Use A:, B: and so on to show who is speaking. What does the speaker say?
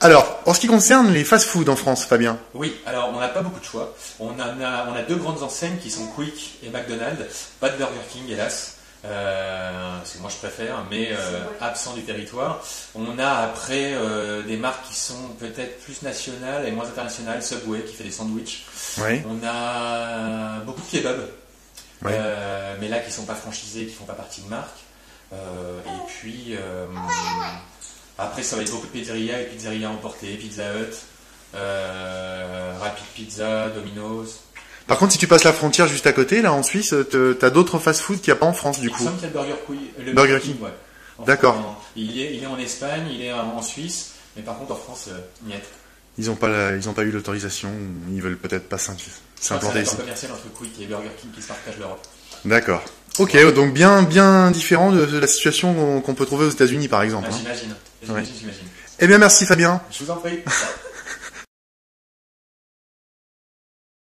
A: Alors, en ce qui concerne les fast-foods en France, Fabien,
B: Oui, alors on n'a pas beaucoup de choix. On en a, on a deux grandes enseignes qui sont Quick et McDonald's. Pas de Burger King, hélas. Euh, c'est moi je préfère, mais euh, absent du territoire. On a après euh, des marques qui sont peut-être plus nationales et moins internationales. Subway qui fait des sandwichs.
A: oui.
B: On a beaucoup de kebabs,
A: Ouais.
B: Euh, mais là qui sont pas franchisés, qui font pas partie de marque. Euh, et puis euh, après ça va être beaucoup de pizzerias et pizzerias emportées, Pizza Hut, euh, Rapid Pizza, Domino's.
A: Par contre, si tu passes la frontière juste à côté, là en Suisse, te- t'as d'autres fast-foods qu'il n'y a pas en France du
B: il me
A: coup.
B: semble qu'il y a le Burger, Qui- le
A: Burger King.
B: ouais. En-
A: D'accord.
B: en- Il est, il est en Espagne, il est en en Suisse, mais par contre en France, euh, il y a
A: Ils n'ont pas, la- ils ont pas eu l'autorisation, ou ils veulent peut-être pas s'im-
B: c'est un
A: s'implanter ici.
B: accord commercial entre Quick et Burger King qui se partagent l'Europe.
A: D'accord. Ok, oh, donc bien, bien différent de la situation qu'on- qu'on peut trouver aux États-Unis par exemple.
B: Ah,
A: hein.
B: j'imagine, j'imagine, j'imagine.
A: Eh bien, merci Fabien.
B: Je vous en prie.